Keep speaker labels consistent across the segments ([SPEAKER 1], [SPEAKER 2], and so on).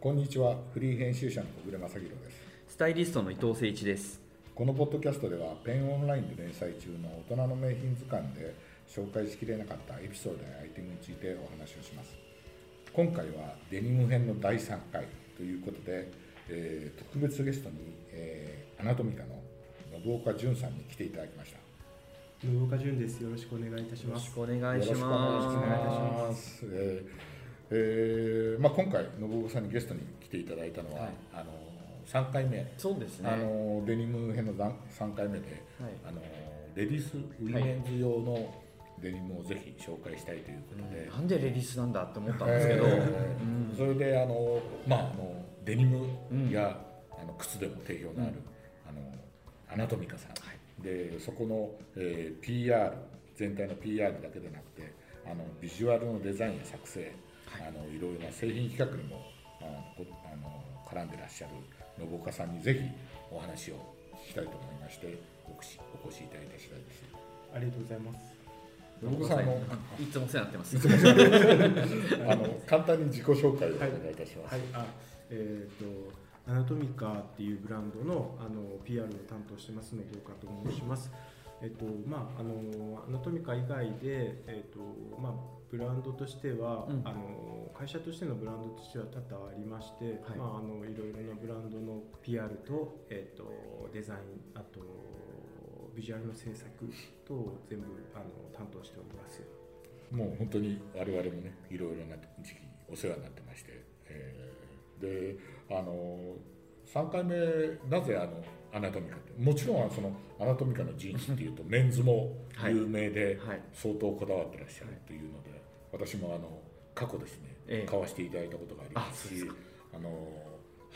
[SPEAKER 1] こんにちはフリー編集者の小暮正弘です
[SPEAKER 2] スタイリストの伊藤誠一です。
[SPEAKER 1] このポッドキャストではペンオンラインで連載中の大人の名品図鑑で紹介しきれなかったエピソードやアイテムについてお話をします今回はデニム編の第3回ということで、えー特別ゲストに、えーアナトミカの信岡淳さんに来ていただきました
[SPEAKER 3] 信岡潤です。よろしくお願いいたし
[SPEAKER 2] よろ
[SPEAKER 3] ま
[SPEAKER 2] し
[SPEAKER 3] す。
[SPEAKER 2] くお願い
[SPEAKER 1] よろし
[SPEAKER 2] します。
[SPEAKER 1] くお願いいたします。えーえーまあ、今回、信岡さんにゲストに来ていただいたのは、
[SPEAKER 2] はい
[SPEAKER 1] あの3回目、
[SPEAKER 2] そうですね。
[SPEAKER 1] あのデニム編の3回目で、
[SPEAKER 2] はい
[SPEAKER 1] あのレディースウィメンズ用のデニムをぜひ紹介したいということで、
[SPEAKER 2] なんでレディースなんだって思ったんですけど、
[SPEAKER 1] えー
[SPEAKER 2] うん
[SPEAKER 1] それであの、まあ、あのデニムや、あの靴でも定評のある、あのアナトミカさん、でそこの、えー PR 全体の PR だけでなくてあのビジュアルのデザインや作成、い、あのいろいろな製品企画にもあのこあの絡んでらっしゃる信岡さんにぜひお話を聞きたいと思いましてお越しお越しいただいた次第です。
[SPEAKER 3] ありがとうございます。
[SPEAKER 1] 信岡さんあの
[SPEAKER 2] いつもお世話になってます。
[SPEAKER 1] あの簡単に自己紹介をお願いいたします。
[SPEAKER 3] はい、あ、えっ、と、アナトミカっていうブランドの、あの、P. R. を担当してますので、岡と申します。えっと、まあ、あの、アナトミカ以外で、えっと、まあ、ブランドとしては、
[SPEAKER 2] うん
[SPEAKER 3] あの会社としてのブランドとしては多々ありまして、
[SPEAKER 2] はい
[SPEAKER 3] まあ、あのいろいろなブランドの PR と,、えっとデザインあとビジュアルの制作等を全部あの担当しております。
[SPEAKER 1] もう本当に我々もねいろいろな時期お世話になってまして、えーであの3回目なぜあのアナトミカってもちろんそのアナトミカのジーンズっていうとメンズも有名で
[SPEAKER 2] はい
[SPEAKER 1] 相当こだわってらっしゃるというので、私もあの過去ですね、
[SPEAKER 2] ええ
[SPEAKER 1] 買わせていただいたことがあります
[SPEAKER 2] あそ
[SPEAKER 1] し
[SPEAKER 2] うで
[SPEAKER 1] あの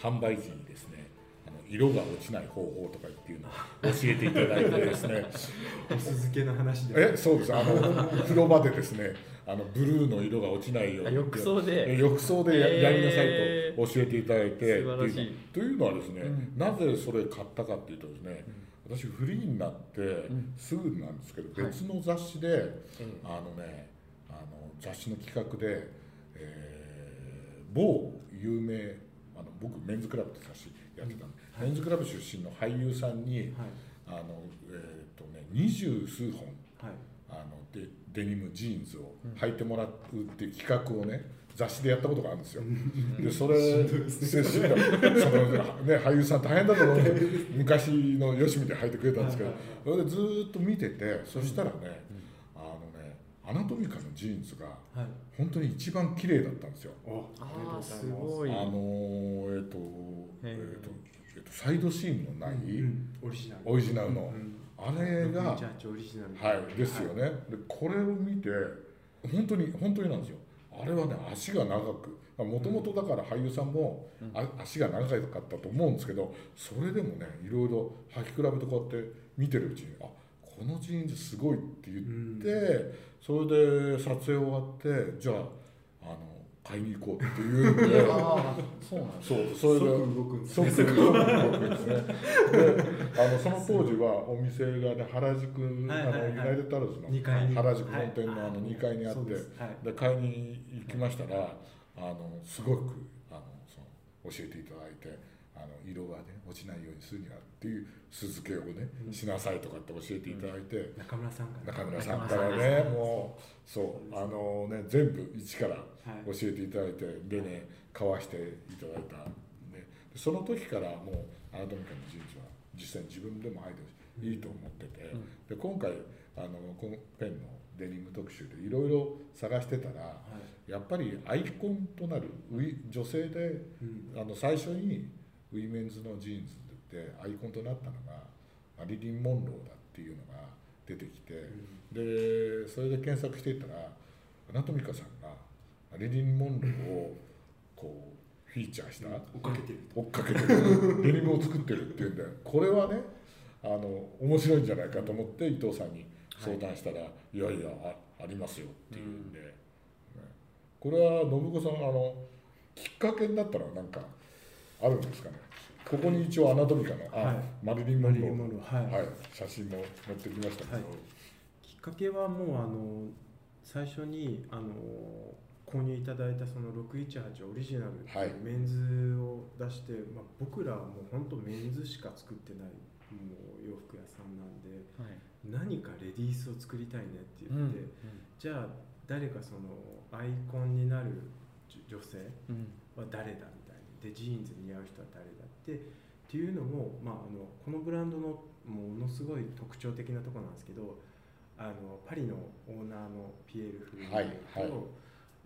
[SPEAKER 1] 販売時にですねあの色が落ちない方法とかっていうのを教えていただいてですね
[SPEAKER 3] お続けの話です。
[SPEAKER 1] えそうですあの風呂場でですねあのブルーの色が落ちないように
[SPEAKER 2] 浴槽
[SPEAKER 1] え
[SPEAKER 2] で、
[SPEAKER 1] 浴槽でや,、
[SPEAKER 2] えー
[SPEAKER 1] りなさいと教えていただいて
[SPEAKER 2] 素晴らしい
[SPEAKER 1] っていうというのはですね、
[SPEAKER 2] うん
[SPEAKER 1] なぜそれ買ったかっていうとですね、私フリーになって
[SPEAKER 2] ん
[SPEAKER 1] すぐなんですけど、
[SPEAKER 2] はい
[SPEAKER 1] 別の雑誌で、あのねあの雑誌の企画で、えー某有名あの僕メンズクラブって雑誌やってたんで、メンズクラブ出身の俳優さんに
[SPEAKER 3] はい
[SPEAKER 1] あの、えーとね、二十数本
[SPEAKER 3] はい
[SPEAKER 1] あのデデニムジーンズを履いてもらうっていう企画をね雑誌でやったことがあるんですよ。でそれ接しんどいそのね俳優さん大変だと思って昔のよしみで履いてくれたんですけど
[SPEAKER 3] はい
[SPEAKER 1] それ
[SPEAKER 3] はい
[SPEAKER 1] でずーっと見ててそしたらねあのねアナトミカのジーンズが
[SPEAKER 3] はい。
[SPEAKER 1] 本当に一番綺麗だったんですよ。
[SPEAKER 3] お
[SPEAKER 2] あ
[SPEAKER 3] り
[SPEAKER 2] あ
[SPEAKER 3] がとうござい
[SPEAKER 2] ー
[SPEAKER 3] ます
[SPEAKER 2] すご
[SPEAKER 1] あ
[SPEAKER 2] い。
[SPEAKER 1] のーえっ、と
[SPEAKER 2] へ
[SPEAKER 1] えっ、
[SPEAKER 2] ー
[SPEAKER 1] と,、えーとサイドシーンのない
[SPEAKER 3] うんオリジナル。
[SPEAKER 1] オリジナルの、
[SPEAKER 3] うん
[SPEAKER 1] あれが
[SPEAKER 3] ジャッジオリジナル。
[SPEAKER 1] はい、ですよね、でこれを見て本当に本当になんですよあれはね足が長くもともとだから俳優さんも、
[SPEAKER 2] うん
[SPEAKER 1] あ足が長かったと思うんですけどそれでもねいろいろ履き比べとこうやって見てるうちにあこのジーンズすごいって言って、それで撮影終わってじゃああの買いに行こうっていうんで
[SPEAKER 2] あーそうなんです。
[SPEAKER 1] そうそれ
[SPEAKER 3] 即動
[SPEAKER 1] で
[SPEAKER 3] くんです
[SPEAKER 1] 即
[SPEAKER 3] ね。
[SPEAKER 1] 刻動くんですね。で、あのその当時はお店がね原宿
[SPEAKER 3] はいはいはい
[SPEAKER 1] あのユナイテッドアルズの
[SPEAKER 3] 二階に
[SPEAKER 1] 原宿本店のあ
[SPEAKER 3] は
[SPEAKER 1] の
[SPEAKER 3] い
[SPEAKER 1] 2階にあっ
[SPEAKER 3] そう
[SPEAKER 1] て、
[SPEAKER 3] ですはい。
[SPEAKER 1] で買いに行きましたら、あのすごくあのその教えていただいて。あの色がね落ちないようにするにはっていう酢漬けをね、
[SPEAKER 3] うん
[SPEAKER 1] しなさいとかって教えていただいて、
[SPEAKER 3] 中村さんが。
[SPEAKER 1] 中村さん
[SPEAKER 2] 中
[SPEAKER 1] か
[SPEAKER 2] 村さ
[SPEAKER 1] ら
[SPEAKER 2] ん
[SPEAKER 1] ねもうそうあのね全部一から
[SPEAKER 3] はい
[SPEAKER 1] 教えていただいてでね買わしていただいた、ね、でその時からもうアナトミカのジーンズは実際に自分でも履いてるしいいと思ってて、で今回あのこのペンのデニム特集でいろいろ探してたら
[SPEAKER 3] はい。
[SPEAKER 1] やっぱりアイコンとなるウィ女性で
[SPEAKER 3] うん。
[SPEAKER 1] あの最初にウィメンズのジーンズでアイコンとなったのがマリリン・モンローだっていうのが出てきて、でそれで検索していったらアナトミカさんがマリリン・モンローをこうフィーチャーした、
[SPEAKER 3] 追っかけてる。
[SPEAKER 1] 追っかけて るデニムを作ってるっていうんでこれはねあの面白いんじゃないかと思って伊藤さんに相談したら、い、やいやあありますよっていうんで、ねこれは信子さんあのきっかけになったのは何かあるんですかねここに一応アナトミカの、あ
[SPEAKER 3] はい
[SPEAKER 1] マリリン・モ
[SPEAKER 3] マ
[SPEAKER 1] ン
[SPEAKER 3] リ
[SPEAKER 1] ロ
[SPEAKER 3] リ
[SPEAKER 1] ー
[SPEAKER 3] ンモ
[SPEAKER 1] の
[SPEAKER 3] ンローはい。
[SPEAKER 1] はい、写真も持ってきましたけど、
[SPEAKER 3] はいきっかけはもうあの最初にあの購入いただいたその618オリジナルって
[SPEAKER 1] はい
[SPEAKER 3] いうメンズを出して、まあ、僕らはもう本当メンズしか作ってないもう洋服屋さんなんで何かレディースを作りたいねって言って、じゃあ誰かそのアイコンになる女女性は誰だみたいなでジーンズ似合う人は誰だってっていうのも、まあ、あのこのブランドのものすごい特徴的なところなんですけどあのパリのオーナーのピエール・フルー
[SPEAKER 1] はい
[SPEAKER 3] と,、
[SPEAKER 1] はい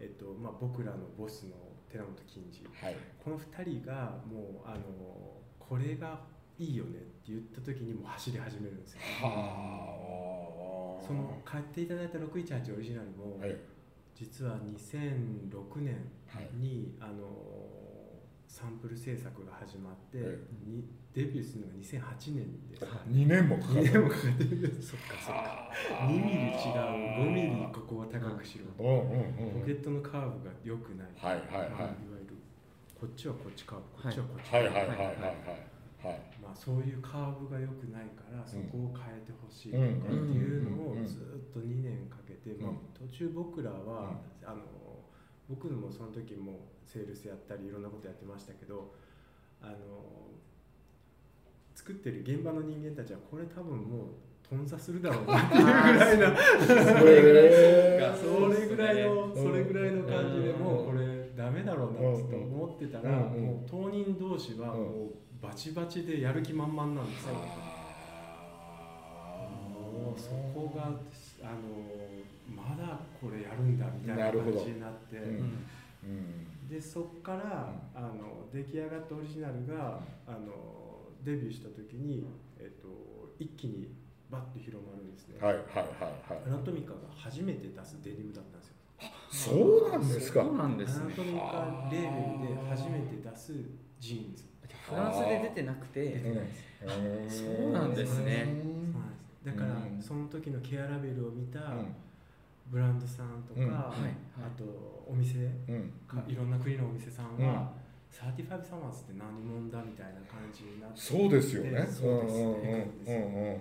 [SPEAKER 3] えっとまあ、僕らのボスの寺本金次
[SPEAKER 1] はい
[SPEAKER 3] この2人がもうあのこれがいいよねって言った時にもう走り始めるんですよ。
[SPEAKER 1] はあ
[SPEAKER 3] その買っていただいた618オリジナルも、
[SPEAKER 1] はい
[SPEAKER 3] 実は2006年
[SPEAKER 1] はい
[SPEAKER 3] に、あのサンプル制作が始まって、
[SPEAKER 1] はい
[SPEAKER 3] にデビューするのが2008年です。
[SPEAKER 1] 2年もかか
[SPEAKER 3] 2
[SPEAKER 1] る
[SPEAKER 3] 年もかかってるんで
[SPEAKER 2] そ
[SPEAKER 3] す
[SPEAKER 2] っかそっか。
[SPEAKER 1] はあ
[SPEAKER 3] 2ミリ違う5ミリここは高くしろ
[SPEAKER 1] うんうんう
[SPEAKER 3] ポ
[SPEAKER 1] ん
[SPEAKER 3] ケットのカーブが良くない、
[SPEAKER 1] はいはいはい
[SPEAKER 3] まあいわゆるこっちはこっちカーブこっちはこっちカ
[SPEAKER 1] は
[SPEAKER 3] ー
[SPEAKER 1] い
[SPEAKER 3] ブ、
[SPEAKER 1] はいはいはいはいはい
[SPEAKER 3] まあ、そういうカーブが良くないからそこを変えてほしいとかって
[SPEAKER 1] うん
[SPEAKER 3] いうの
[SPEAKER 1] うんうんうんう
[SPEAKER 3] を
[SPEAKER 1] ん
[SPEAKER 3] ずっと2年かけて、まあ
[SPEAKER 1] うん、
[SPEAKER 3] 途中僕らは、あの僕もその時もセールスやったりいろんなことやってましたけどあの作ってる現場の人間たちはこれ多分もう頓挫するだろうなっていうぐら いな
[SPEAKER 1] それ
[SPEAKER 2] が
[SPEAKER 3] それぐらいの
[SPEAKER 1] ん
[SPEAKER 3] それぐらいの感じで
[SPEAKER 2] うん
[SPEAKER 3] もうこれダメだろうなっつって思ってたら
[SPEAKER 1] うんうん
[SPEAKER 3] もう当人同士はもうバチバチでやる気満々なんですよもうそこがあのまだこれやるんだみたいな
[SPEAKER 1] なるほ
[SPEAKER 3] 感
[SPEAKER 1] ど
[SPEAKER 3] じになって
[SPEAKER 1] うんうん
[SPEAKER 3] でそっからあの出来上がったオリジナルがあのデビューした時にえっと一気にバッと広まるんですね
[SPEAKER 1] はいはいはい
[SPEAKER 3] ア
[SPEAKER 1] は
[SPEAKER 3] ナトミカが初めて出すデニムだったんですよ
[SPEAKER 1] いそうなんですか
[SPEAKER 2] そうなんです
[SPEAKER 3] アナ
[SPEAKER 2] ね
[SPEAKER 3] ト。ミカレーベルで初めて出すジーンズ
[SPEAKER 2] フランスで出てなくて、
[SPEAKER 1] うん
[SPEAKER 2] そうなんですね
[SPEAKER 1] うん
[SPEAKER 3] だから
[SPEAKER 1] うん
[SPEAKER 3] その時のケアラベルを見た
[SPEAKER 1] うん
[SPEAKER 3] ブランドさんとか、
[SPEAKER 1] うん
[SPEAKER 3] あ
[SPEAKER 1] はい
[SPEAKER 2] はい
[SPEAKER 3] とお店
[SPEAKER 1] うん
[SPEAKER 3] かいろんな国のお店さんは、サーティファイブサマーズって何者だみたいな感じになって
[SPEAKER 1] そうですよね
[SPEAKER 3] でそうです
[SPEAKER 1] うん
[SPEAKER 3] ね
[SPEAKER 1] う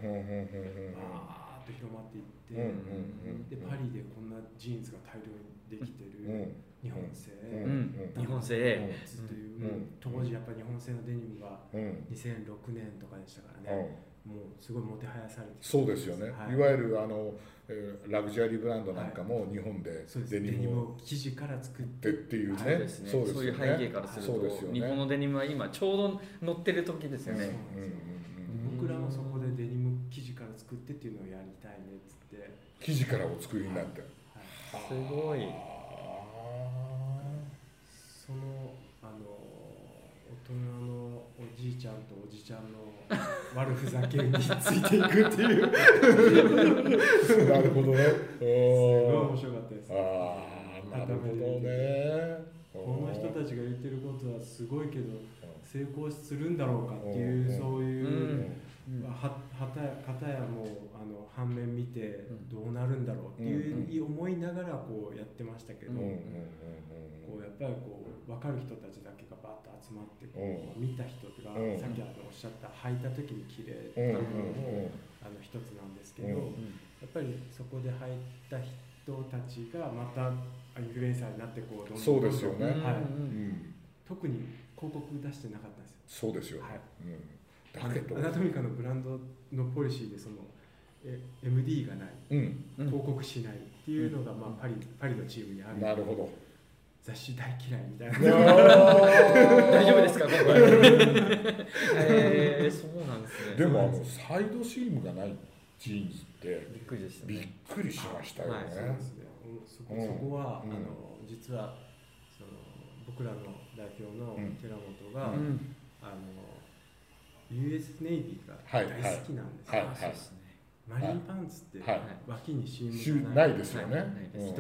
[SPEAKER 1] んうんうんうんうんうんうん
[SPEAKER 3] バーッと広まっていって、
[SPEAKER 1] うんうんうん
[SPEAKER 3] でパリでこんなジーンズが大量にできて
[SPEAKER 1] うん
[SPEAKER 3] る日本製、
[SPEAKER 1] うん
[SPEAKER 2] うん日本製。
[SPEAKER 3] ずっという、
[SPEAKER 1] うん
[SPEAKER 3] もう当時やっぱり日本製のデニムが
[SPEAKER 1] うん
[SPEAKER 3] 2006年とかでしたから
[SPEAKER 1] う
[SPEAKER 3] ね、
[SPEAKER 1] ん
[SPEAKER 3] もうすごいもてはやされてた
[SPEAKER 1] そうですよね、、
[SPEAKER 3] はいい
[SPEAKER 1] わゆるあの、えーラグジュアリーブランドなんかも日本で
[SPEAKER 3] そうです
[SPEAKER 1] デ
[SPEAKER 3] デ
[SPEAKER 1] ニ
[SPEAKER 3] ニ
[SPEAKER 1] ム
[SPEAKER 3] ム
[SPEAKER 1] を
[SPEAKER 3] を生地から作っ
[SPEAKER 1] ってってていうね
[SPEAKER 2] そうですね。そういう背景からする
[SPEAKER 1] そう
[SPEAKER 2] と
[SPEAKER 1] ですよ、ね
[SPEAKER 2] 日本のデニムは今ちょうど乗ってる時ですよ
[SPEAKER 1] うんうんう
[SPEAKER 2] ね。
[SPEAKER 1] んうん
[SPEAKER 2] うん
[SPEAKER 3] 僕らもそこでデニム生地から作ってっていうのをやりたいねっつって、はい、
[SPEAKER 1] 生地からお作りになって、
[SPEAKER 2] すごい。
[SPEAKER 3] そのあの大人のおじいちゃんとおじちゃんの 悪ふざけについていくっていうす
[SPEAKER 1] なるほどね
[SPEAKER 3] ごい
[SPEAKER 1] お
[SPEAKER 3] 面
[SPEAKER 1] ー
[SPEAKER 3] 白かったです
[SPEAKER 1] あーなるほどね
[SPEAKER 3] この人
[SPEAKER 1] ち
[SPEAKER 3] たちが言ってることはすごいけど成功するんだろうかって
[SPEAKER 1] う
[SPEAKER 3] い
[SPEAKER 1] ん
[SPEAKER 3] うそういううんまあははたかたやもうあの反面見て
[SPEAKER 2] うん
[SPEAKER 3] どうなるんだろうって
[SPEAKER 1] うんうん
[SPEAKER 3] いう思いながらこうやってましたけど、
[SPEAKER 1] うんうんうんうん
[SPEAKER 3] こうやっぱりこう分かる人たちだけがバッと集まってこう、
[SPEAKER 1] う
[SPEAKER 3] 見た人が、
[SPEAKER 1] うん
[SPEAKER 3] さっきあのおっしゃった履いた時に綺麗って
[SPEAKER 1] うん
[SPEAKER 3] いううんの
[SPEAKER 1] うん
[SPEAKER 3] も、あの一つなんですけど、
[SPEAKER 1] うん
[SPEAKER 3] やっぱりそこで履いた人たちがまたインフルエンサーになってこうどんどん
[SPEAKER 1] そうですよね
[SPEAKER 3] どんどんはい
[SPEAKER 1] うんん
[SPEAKER 3] 特に広告出してなかったんですよ
[SPEAKER 1] そうですよ、
[SPEAKER 3] はい
[SPEAKER 1] うん、だけど
[SPEAKER 3] アナトミカのブランドのポリシーでそのえ MD がない
[SPEAKER 1] うん
[SPEAKER 2] うん
[SPEAKER 3] 広告しないっていうのが、まあ、パリパリのチームにある
[SPEAKER 1] なるほど
[SPEAKER 3] 雑誌大嫌いみ たいな
[SPEAKER 1] 大
[SPEAKER 2] 大丈夫 ですか今回。えーそうなんですね。
[SPEAKER 1] でもあのサイドシームがないジーンズって
[SPEAKER 2] びっくりでした
[SPEAKER 1] びっ
[SPEAKER 2] ね。
[SPEAKER 1] くりしましたよね。
[SPEAKER 2] はい
[SPEAKER 3] そうですね。うんそこ
[SPEAKER 1] うん
[SPEAKER 3] そこは、
[SPEAKER 1] うん
[SPEAKER 3] あの実はその僕らの代表の
[SPEAKER 1] うん
[SPEAKER 3] 寺本が、
[SPEAKER 2] うん。
[SPEAKER 3] あの U.S. ネイビーが
[SPEAKER 1] はい
[SPEAKER 3] 大好きなんですよ。
[SPEAKER 1] はい
[SPEAKER 2] あそうですね。
[SPEAKER 3] マリンパンツって、
[SPEAKER 1] はい
[SPEAKER 3] 脇にシ
[SPEAKER 1] し
[SPEAKER 3] ーム
[SPEAKER 1] な
[SPEAKER 3] がないい
[SPEAKER 1] ですよね。
[SPEAKER 2] うん
[SPEAKER 3] 一つ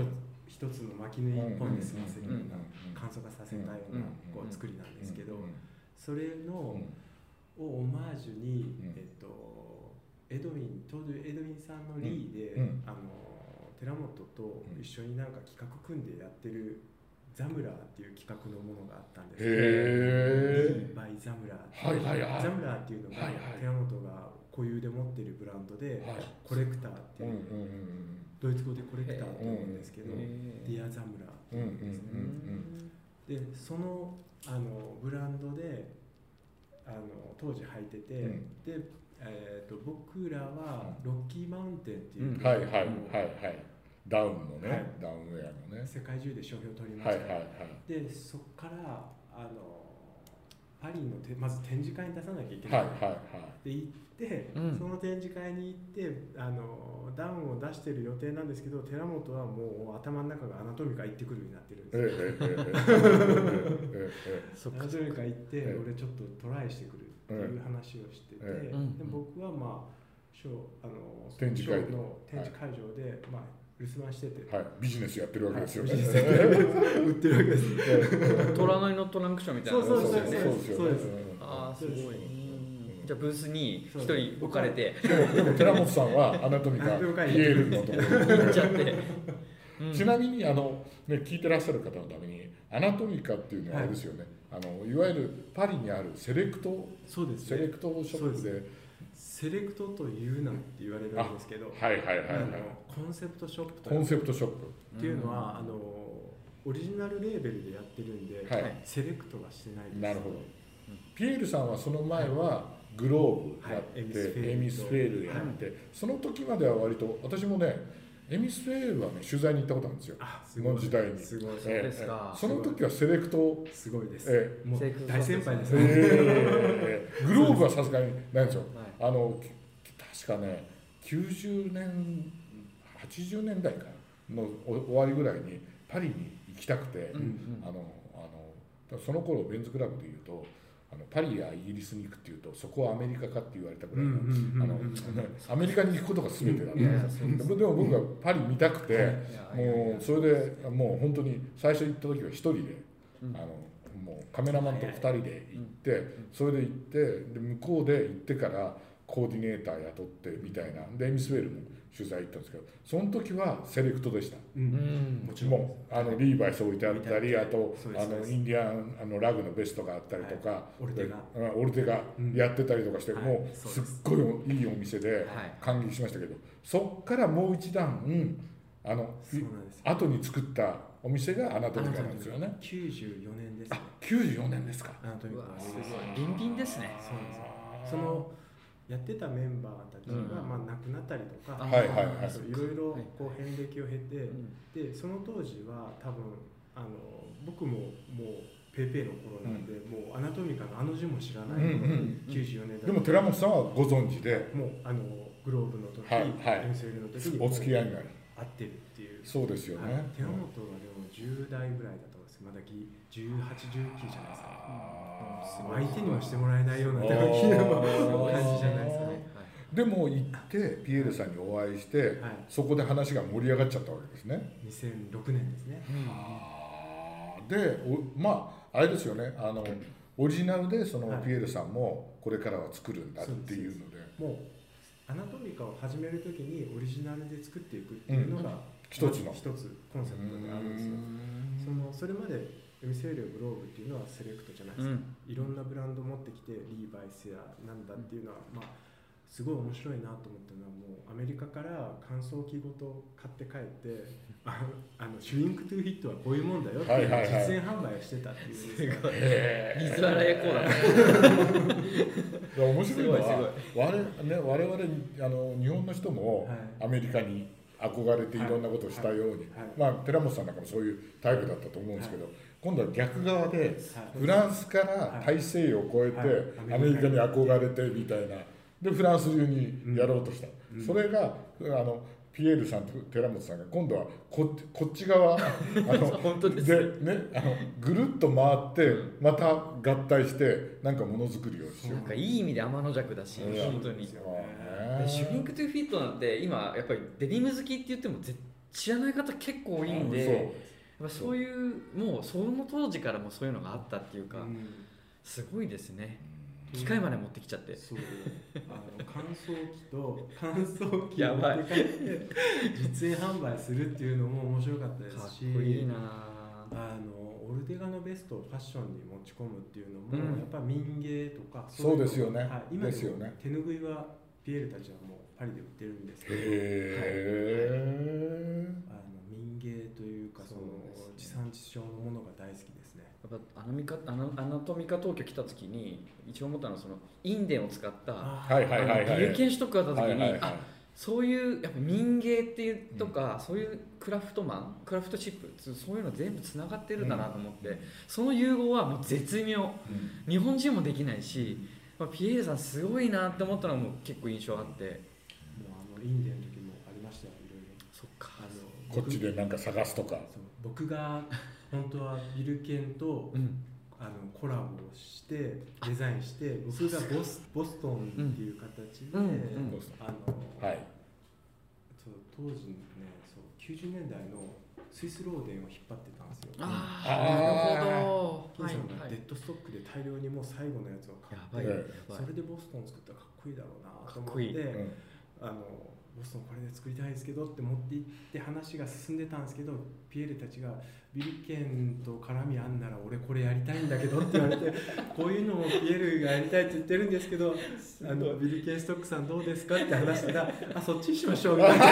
[SPEAKER 3] 一つの巻き縫いっぽいですませるような
[SPEAKER 1] 感
[SPEAKER 3] 簡素化させたような
[SPEAKER 1] うん
[SPEAKER 3] こう作りなんですけど、
[SPEAKER 1] うん
[SPEAKER 3] それの、をオマージュに、
[SPEAKER 1] うん
[SPEAKER 3] えっとエドウィン当時エドウィンさんのリーで、
[SPEAKER 1] うんうん
[SPEAKER 3] あの寺本と一緒になんか企画組んでやってるザムラーっていう企画のものがあったんです
[SPEAKER 1] へ
[SPEAKER 3] バイザムラーって
[SPEAKER 1] はいはいはい
[SPEAKER 3] ザムラーっていうのが、
[SPEAKER 1] はいはい
[SPEAKER 3] 寺本が固有で持ってるブランド
[SPEAKER 1] え。
[SPEAKER 3] で、
[SPEAKER 1] はい。
[SPEAKER 3] コレクターって
[SPEAKER 1] う
[SPEAKER 3] い
[SPEAKER 1] ん
[SPEAKER 3] う、
[SPEAKER 1] うんうん
[SPEAKER 3] ドイツ語でコレクターって言うんですけど、
[SPEAKER 1] へ
[SPEAKER 2] え
[SPEAKER 3] ディアザムラーって
[SPEAKER 1] うんうん
[SPEAKER 3] いううんですね、でそのあのブランドであの当時履いてて、
[SPEAKER 1] うん
[SPEAKER 3] で、えー、と僕らはロッキーマウンテンっていう、
[SPEAKER 2] うん
[SPEAKER 1] はいはいはいはいダウンのね、
[SPEAKER 3] はい
[SPEAKER 1] ダウンウェアのね
[SPEAKER 3] 世界中で商標を取りまし
[SPEAKER 1] はい
[SPEAKER 3] た、
[SPEAKER 1] はいはい
[SPEAKER 3] でそこからあのパリのてまず展示会に出さなきゃいけな、
[SPEAKER 1] はいいはいはい
[SPEAKER 3] で行って、
[SPEAKER 2] うん
[SPEAKER 3] その展示会に行ってあのダウンを出してる予定なんですけど寺本はもう頭の中がアナトミカ行ってくるようになってるんです
[SPEAKER 1] えええ
[SPEAKER 3] よ
[SPEAKER 1] ええええええ
[SPEAKER 2] そっ
[SPEAKER 3] ア
[SPEAKER 2] か
[SPEAKER 3] ナトミカ行って、
[SPEAKER 1] ええ
[SPEAKER 3] 俺ちょっとトライしてくるっていう話をしてて、
[SPEAKER 1] え
[SPEAKER 2] えうん
[SPEAKER 3] で僕はまあショーあの
[SPEAKER 1] 展示会
[SPEAKER 3] ショーの展示会場で、まあ留守番してて、
[SPEAKER 1] えはいビジネスやってるわけですよね、
[SPEAKER 3] はいビジネスやってる売ってるわけ です
[SPEAKER 2] 虎ののトランクションみたいな
[SPEAKER 3] そうそうそう
[SPEAKER 1] ですよねですよ
[SPEAKER 3] そう
[SPEAKER 1] ね
[SPEAKER 3] です
[SPEAKER 1] うん
[SPEAKER 2] ああすごい
[SPEAKER 1] ん
[SPEAKER 2] じゃあブースに一人置かれて
[SPEAKER 1] でもでも寺本さんはアナトミカピエ
[SPEAKER 3] アナトミカ
[SPEAKER 1] ールのところ
[SPEAKER 2] 行っちゃって
[SPEAKER 1] ちなみにあの、ね、聞いてらっしゃる方のためにアナトミカっていうのはあれですよね、い、あのいわゆるパリにあるセレクト
[SPEAKER 3] そうです
[SPEAKER 1] セレ
[SPEAKER 3] ね
[SPEAKER 1] クトショップで
[SPEAKER 3] セレクトと言うなって言われるんですけど
[SPEAKER 1] はいはいはい
[SPEAKER 3] あ
[SPEAKER 1] は
[SPEAKER 3] の
[SPEAKER 1] い
[SPEAKER 3] コンセプトショップと
[SPEAKER 1] コンセプトショップ
[SPEAKER 3] っていうのは、あのオリジナルレーベルでやってるんで、
[SPEAKER 1] はい、
[SPEAKER 2] はい
[SPEAKER 3] セレクトはしてないです
[SPEAKER 1] なるほどピエールさんはその前はグローブやって、
[SPEAKER 3] はい
[SPEAKER 1] エ
[SPEAKER 3] エ
[SPEAKER 1] ミ
[SPEAKER 3] ミ
[SPEAKER 1] ス
[SPEAKER 3] ス
[SPEAKER 1] フ
[SPEAKER 3] フ
[SPEAKER 1] ェ
[SPEAKER 3] ェ
[SPEAKER 1] ー
[SPEAKER 3] ー
[SPEAKER 1] ル
[SPEAKER 3] ル
[SPEAKER 1] やって、その時までは割と私もねエミスフェールはね取材に行ったことあるんですよ
[SPEAKER 3] あすごい
[SPEAKER 1] の時代に
[SPEAKER 3] すごい
[SPEAKER 2] そうですか
[SPEAKER 1] ええその時はセレクト、
[SPEAKER 3] すごいです、
[SPEAKER 1] え
[SPEAKER 3] もう
[SPEAKER 2] セレクト
[SPEAKER 3] 大先輩です
[SPEAKER 1] え
[SPEAKER 3] ね、
[SPEAKER 1] ええグローブはさすがにないんですよ
[SPEAKER 2] はい
[SPEAKER 1] あのき確かね90年80年代かのお終わりぐらいにパリに行きたくて、
[SPEAKER 2] うんうん
[SPEAKER 1] あのあのその頃ベンズクラブでいうとあのパリやイギリスに行くっていうとそこはアメリカかって言われたぐ
[SPEAKER 3] う
[SPEAKER 1] らいの,、
[SPEAKER 3] ん
[SPEAKER 1] あのアメリカに行くことが全てだね、でもでも僕はパリ見たくて、もうそれでもう本当に最初行った時は一人で、
[SPEAKER 2] うん
[SPEAKER 1] あのもうカメラマンと二人で行って、それで行ってで向こうで行ってからコーディネーター雇ってみたいなでエミスウェールも取材行ったんですけどその時はセレクトでした。
[SPEAKER 2] う
[SPEAKER 3] う
[SPEAKER 2] んん
[SPEAKER 3] もちろん
[SPEAKER 1] もうあのリーバイス置いてあったりあと
[SPEAKER 3] そうで
[SPEAKER 1] あ
[SPEAKER 3] すそう
[SPEAKER 1] の
[SPEAKER 3] です
[SPEAKER 1] インディアンあのラグのベストがあったりとか、
[SPEAKER 3] オルテガ
[SPEAKER 1] うんオルテガ
[SPEAKER 3] うん
[SPEAKER 1] やってたりとかして、
[SPEAKER 3] はい
[SPEAKER 1] もう
[SPEAKER 3] そう
[SPEAKER 1] すっ
[SPEAKER 3] です
[SPEAKER 1] ごいいいお店で
[SPEAKER 2] はい
[SPEAKER 1] 感激しましたけど、そっからもう一段、あの
[SPEAKER 3] そうなんですよ
[SPEAKER 1] 後に作ったお店がアナトミカなんですよね。
[SPEAKER 3] 94年ですね
[SPEAKER 1] あ94年ですか。
[SPEAKER 3] アナトミ
[SPEAKER 2] う
[SPEAKER 3] カ
[SPEAKER 2] わ
[SPEAKER 3] は
[SPEAKER 2] すごいビンビンですね
[SPEAKER 3] そうなんですよそのやってたメンバーたち
[SPEAKER 2] う
[SPEAKER 3] が、
[SPEAKER 2] ん
[SPEAKER 3] まあ、亡くなったりとか、
[SPEAKER 2] あ
[SPEAKER 1] はいはいはい
[SPEAKER 3] そういろいろ
[SPEAKER 2] はい
[SPEAKER 3] こう遍歴を経て、
[SPEAKER 2] うん
[SPEAKER 3] でその当時は多分あの僕ももうペーペーの頃なんで、もうアナトミカのあの字も知らな
[SPEAKER 1] う
[SPEAKER 3] い、
[SPEAKER 1] んうん
[SPEAKER 3] 94年だ
[SPEAKER 1] でも寺本さんはご存知で
[SPEAKER 3] もうあのグローブの時、
[SPEAKER 1] はいはい
[SPEAKER 3] エムセルの時に
[SPEAKER 1] お付き合い
[SPEAKER 3] こ
[SPEAKER 1] がある。
[SPEAKER 3] う合ってるっていう
[SPEAKER 1] そうですよね。
[SPEAKER 3] はい手元はでも10代ぐらいだと思うんですまだぎ1819じゃないですか
[SPEAKER 1] あー
[SPEAKER 3] 相手にもしてもらえないような手の
[SPEAKER 1] あ
[SPEAKER 3] ひらの
[SPEAKER 1] ー
[SPEAKER 3] 感じじゃないですか
[SPEAKER 2] はい
[SPEAKER 3] ね
[SPEAKER 1] でも行ってピエールさんにお会いして、
[SPEAKER 3] はい
[SPEAKER 1] そこで話が盛り上がっちゃったわけですね。
[SPEAKER 3] 2006年ですね
[SPEAKER 1] あーでおまああれですよねあのオリジナルでその
[SPEAKER 3] はい
[SPEAKER 1] ピエールさんもこれからは作るんだっていうので
[SPEAKER 3] もうアナトミカを始めるときにオリジナルで作っていくっていうのが、
[SPEAKER 1] 一つの
[SPEAKER 3] 一つコンセプトがあるんですよそのそれまでエミセールグローブっていうのはセレクトじゃないで
[SPEAKER 2] う
[SPEAKER 3] すか、
[SPEAKER 2] ん
[SPEAKER 3] いろんなブランド持ってきてリーバイスやなんだっていうのは、まあすごい面白いなと思ったのはもうアメリカから乾燥機ごと買って帰 ってああのシュリンクトゥーヒットはこういうもんだよっていう
[SPEAKER 1] はいはいはい
[SPEAKER 3] 実演販売をしてたっていう
[SPEAKER 2] すごい
[SPEAKER 1] へ
[SPEAKER 2] 水洗いコーナ
[SPEAKER 1] ーで面白いの
[SPEAKER 2] す
[SPEAKER 1] は我,、ね、我々あの日本の人も
[SPEAKER 3] はい
[SPEAKER 1] アメリカに憧れていろんなことをしたように、まあ、寺本さんなんかもそういうタイプだったと思うんですけど、今度は逆側でフランスから大西洋を越えて
[SPEAKER 3] はい
[SPEAKER 1] アメリカに憧れてみたいなでフランス流にやろうとした、
[SPEAKER 3] うん
[SPEAKER 1] それがあのピエールさんと寺本さんが今度はここっち側あの
[SPEAKER 2] 本当です
[SPEAKER 1] でねあのぐるっと回ってまた合体してなんかものづくりをしよ
[SPEAKER 2] な
[SPEAKER 1] うん
[SPEAKER 2] かいい意味で天の弱だし
[SPEAKER 1] うん
[SPEAKER 2] 本当に
[SPEAKER 3] そう
[SPEAKER 1] あーね
[SPEAKER 2] シュリンクトゥーフィットなんて今やっぱりデニム好きって言ってもぜ知らない方結構多いんで
[SPEAKER 1] そう
[SPEAKER 2] やっぱそういうもうその当時からもそういうのがあったっていうか
[SPEAKER 3] うん
[SPEAKER 2] すごいですね機械まで持ってきちゃって
[SPEAKER 3] そうあの乾燥機 と乾燥機
[SPEAKER 2] や
[SPEAKER 3] を持
[SPEAKER 2] ばい
[SPEAKER 3] って帰って実演販売するっていうのも面白かったで
[SPEAKER 2] か
[SPEAKER 3] す
[SPEAKER 2] っ
[SPEAKER 3] し
[SPEAKER 2] こいいなぁ
[SPEAKER 3] あのオルテガのベストをファッションに持ち込むっていうのも、
[SPEAKER 2] うん
[SPEAKER 3] やっぱ民芸とか
[SPEAKER 1] そう
[SPEAKER 3] いの
[SPEAKER 1] ですよね
[SPEAKER 3] はい、今
[SPEAKER 1] ですよね
[SPEAKER 3] 手拭いはピエールたちはもうパリで売ってるんですけど、
[SPEAKER 1] へ
[SPEAKER 3] あの民芸というかその
[SPEAKER 2] そうですね
[SPEAKER 3] 地産地消のものが大好きですね。
[SPEAKER 2] やっぱアナミカアナアナトミカ東京来た時に一番思ったのはそのインデンを使った
[SPEAKER 1] は
[SPEAKER 2] あ
[SPEAKER 1] いはいはいは
[SPEAKER 2] の
[SPEAKER 1] い
[SPEAKER 2] 有権士とかだった時に、
[SPEAKER 1] はいはいはい
[SPEAKER 2] あそういうやっぱ民芸っていうとか、そういうクラフトマンクラフトシップつそういうの全部つながってるんだなと思って、その融合はもう絶妙
[SPEAKER 1] うん
[SPEAKER 2] 日本人もできないし、まあ、ピエールさんすごいなって思ったのも結構印象あって
[SPEAKER 3] もうあのインディアンの時もありましたよいろいろ。
[SPEAKER 2] そっか
[SPEAKER 3] あの
[SPEAKER 1] こっちでなんか探すとか
[SPEAKER 3] そう僕が本当はビルケンと
[SPEAKER 2] うん
[SPEAKER 3] あのコラボしてデザインして僕がボスボストンっていう形で、
[SPEAKER 2] うんうん
[SPEAKER 1] ボスト
[SPEAKER 3] あの、
[SPEAKER 1] はい
[SPEAKER 3] そう当時ねそう90年代のスイスローデンを引っ張ってたんです
[SPEAKER 2] あ
[SPEAKER 3] よ。
[SPEAKER 1] あー
[SPEAKER 2] あなるほど
[SPEAKER 3] 当
[SPEAKER 2] はい
[SPEAKER 3] 時
[SPEAKER 2] は
[SPEAKER 3] のねデ
[SPEAKER 2] い
[SPEAKER 3] ッドストックで大量にもう最後のやつを買
[SPEAKER 2] やばいや
[SPEAKER 3] って
[SPEAKER 2] ばい
[SPEAKER 3] それでボストン作ったらかっこいいだろうなと思
[SPEAKER 2] かっこ
[SPEAKER 3] っ
[SPEAKER 2] いい
[SPEAKER 3] て
[SPEAKER 1] うん
[SPEAKER 3] あのボストンこれで作りたいんですけどって持って行って話が進んでたんですけどピエールたちがビルケンと絡みあんなら俺これやりたいんだけどって言わ れてこういうのもピエールがやりたいって言ってるんですけどあのビルケンストックさんどうですかって話したらあそっちにしましょうみた いな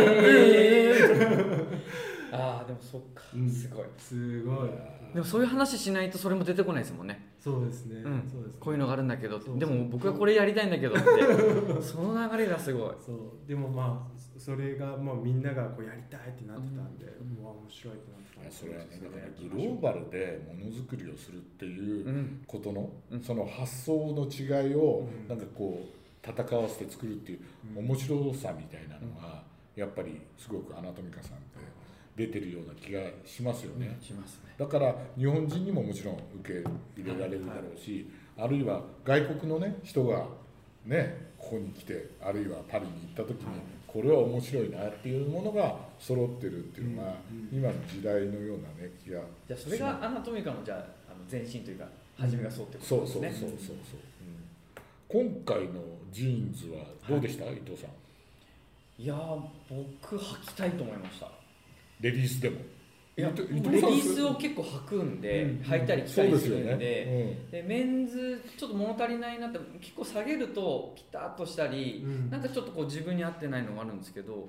[SPEAKER 2] えー ああでもそっか、
[SPEAKER 3] うん
[SPEAKER 2] すごい
[SPEAKER 3] すごい
[SPEAKER 2] でもそういう話しないとそれも出てこないですもんね、
[SPEAKER 3] そうですね、
[SPEAKER 2] うん
[SPEAKER 3] そうですね
[SPEAKER 2] こういうのがあるんだけど
[SPEAKER 3] そう
[SPEAKER 2] でも僕はこれやりたいんだけど ってその流れがすごい
[SPEAKER 3] そうでもまあそそれがまあみんながこうやりたいってなってたんで、うわ面白いってなってたん
[SPEAKER 1] いや
[SPEAKER 3] で
[SPEAKER 1] それはねだから
[SPEAKER 3] それ
[SPEAKER 1] グローバルでものづくりをするっていううんことの、
[SPEAKER 2] うん
[SPEAKER 1] その発想の違いを
[SPEAKER 3] うん
[SPEAKER 1] なんかこう戦わせて作るっていう面白さみたいなのがやっぱりすごくアナトミカさんって出てるような気がしますよね。
[SPEAKER 2] しますね
[SPEAKER 1] だから日本人にももちろん受け入れられるだろうし、あるいは外国のね人がねここに来てあるいはパリに行った時に
[SPEAKER 3] はい
[SPEAKER 1] これは面白いなっていうものが揃ってるっていうのが
[SPEAKER 3] うんうん
[SPEAKER 1] 今の時代のようなね気が
[SPEAKER 2] じゃあそれがアナトミカのじゃああの前身というか初めがそうってこ
[SPEAKER 1] そ
[SPEAKER 2] と
[SPEAKER 1] う
[SPEAKER 2] です
[SPEAKER 1] そうそう
[SPEAKER 2] ね
[SPEAKER 1] そうそう、うん今回のジーンズはどうでした、伊藤さん
[SPEAKER 2] いやー僕履きたいと思いました
[SPEAKER 1] レディースでも
[SPEAKER 2] いや
[SPEAKER 1] 伊
[SPEAKER 2] レデ
[SPEAKER 1] 藤
[SPEAKER 2] ィ
[SPEAKER 1] 伊藤さん
[SPEAKER 2] ースを結構履くんで、
[SPEAKER 3] うん
[SPEAKER 2] 履いたり着
[SPEAKER 1] そ
[SPEAKER 2] た
[SPEAKER 1] うで
[SPEAKER 2] り
[SPEAKER 1] す
[SPEAKER 2] す
[SPEAKER 1] よ
[SPEAKER 2] るん
[SPEAKER 1] ね
[SPEAKER 2] で、でメンズちょっと物足りないなって結構下げるとピタッとしたり、
[SPEAKER 3] うん
[SPEAKER 2] なんかちょっとこう自分に合ってないのがあるんですけど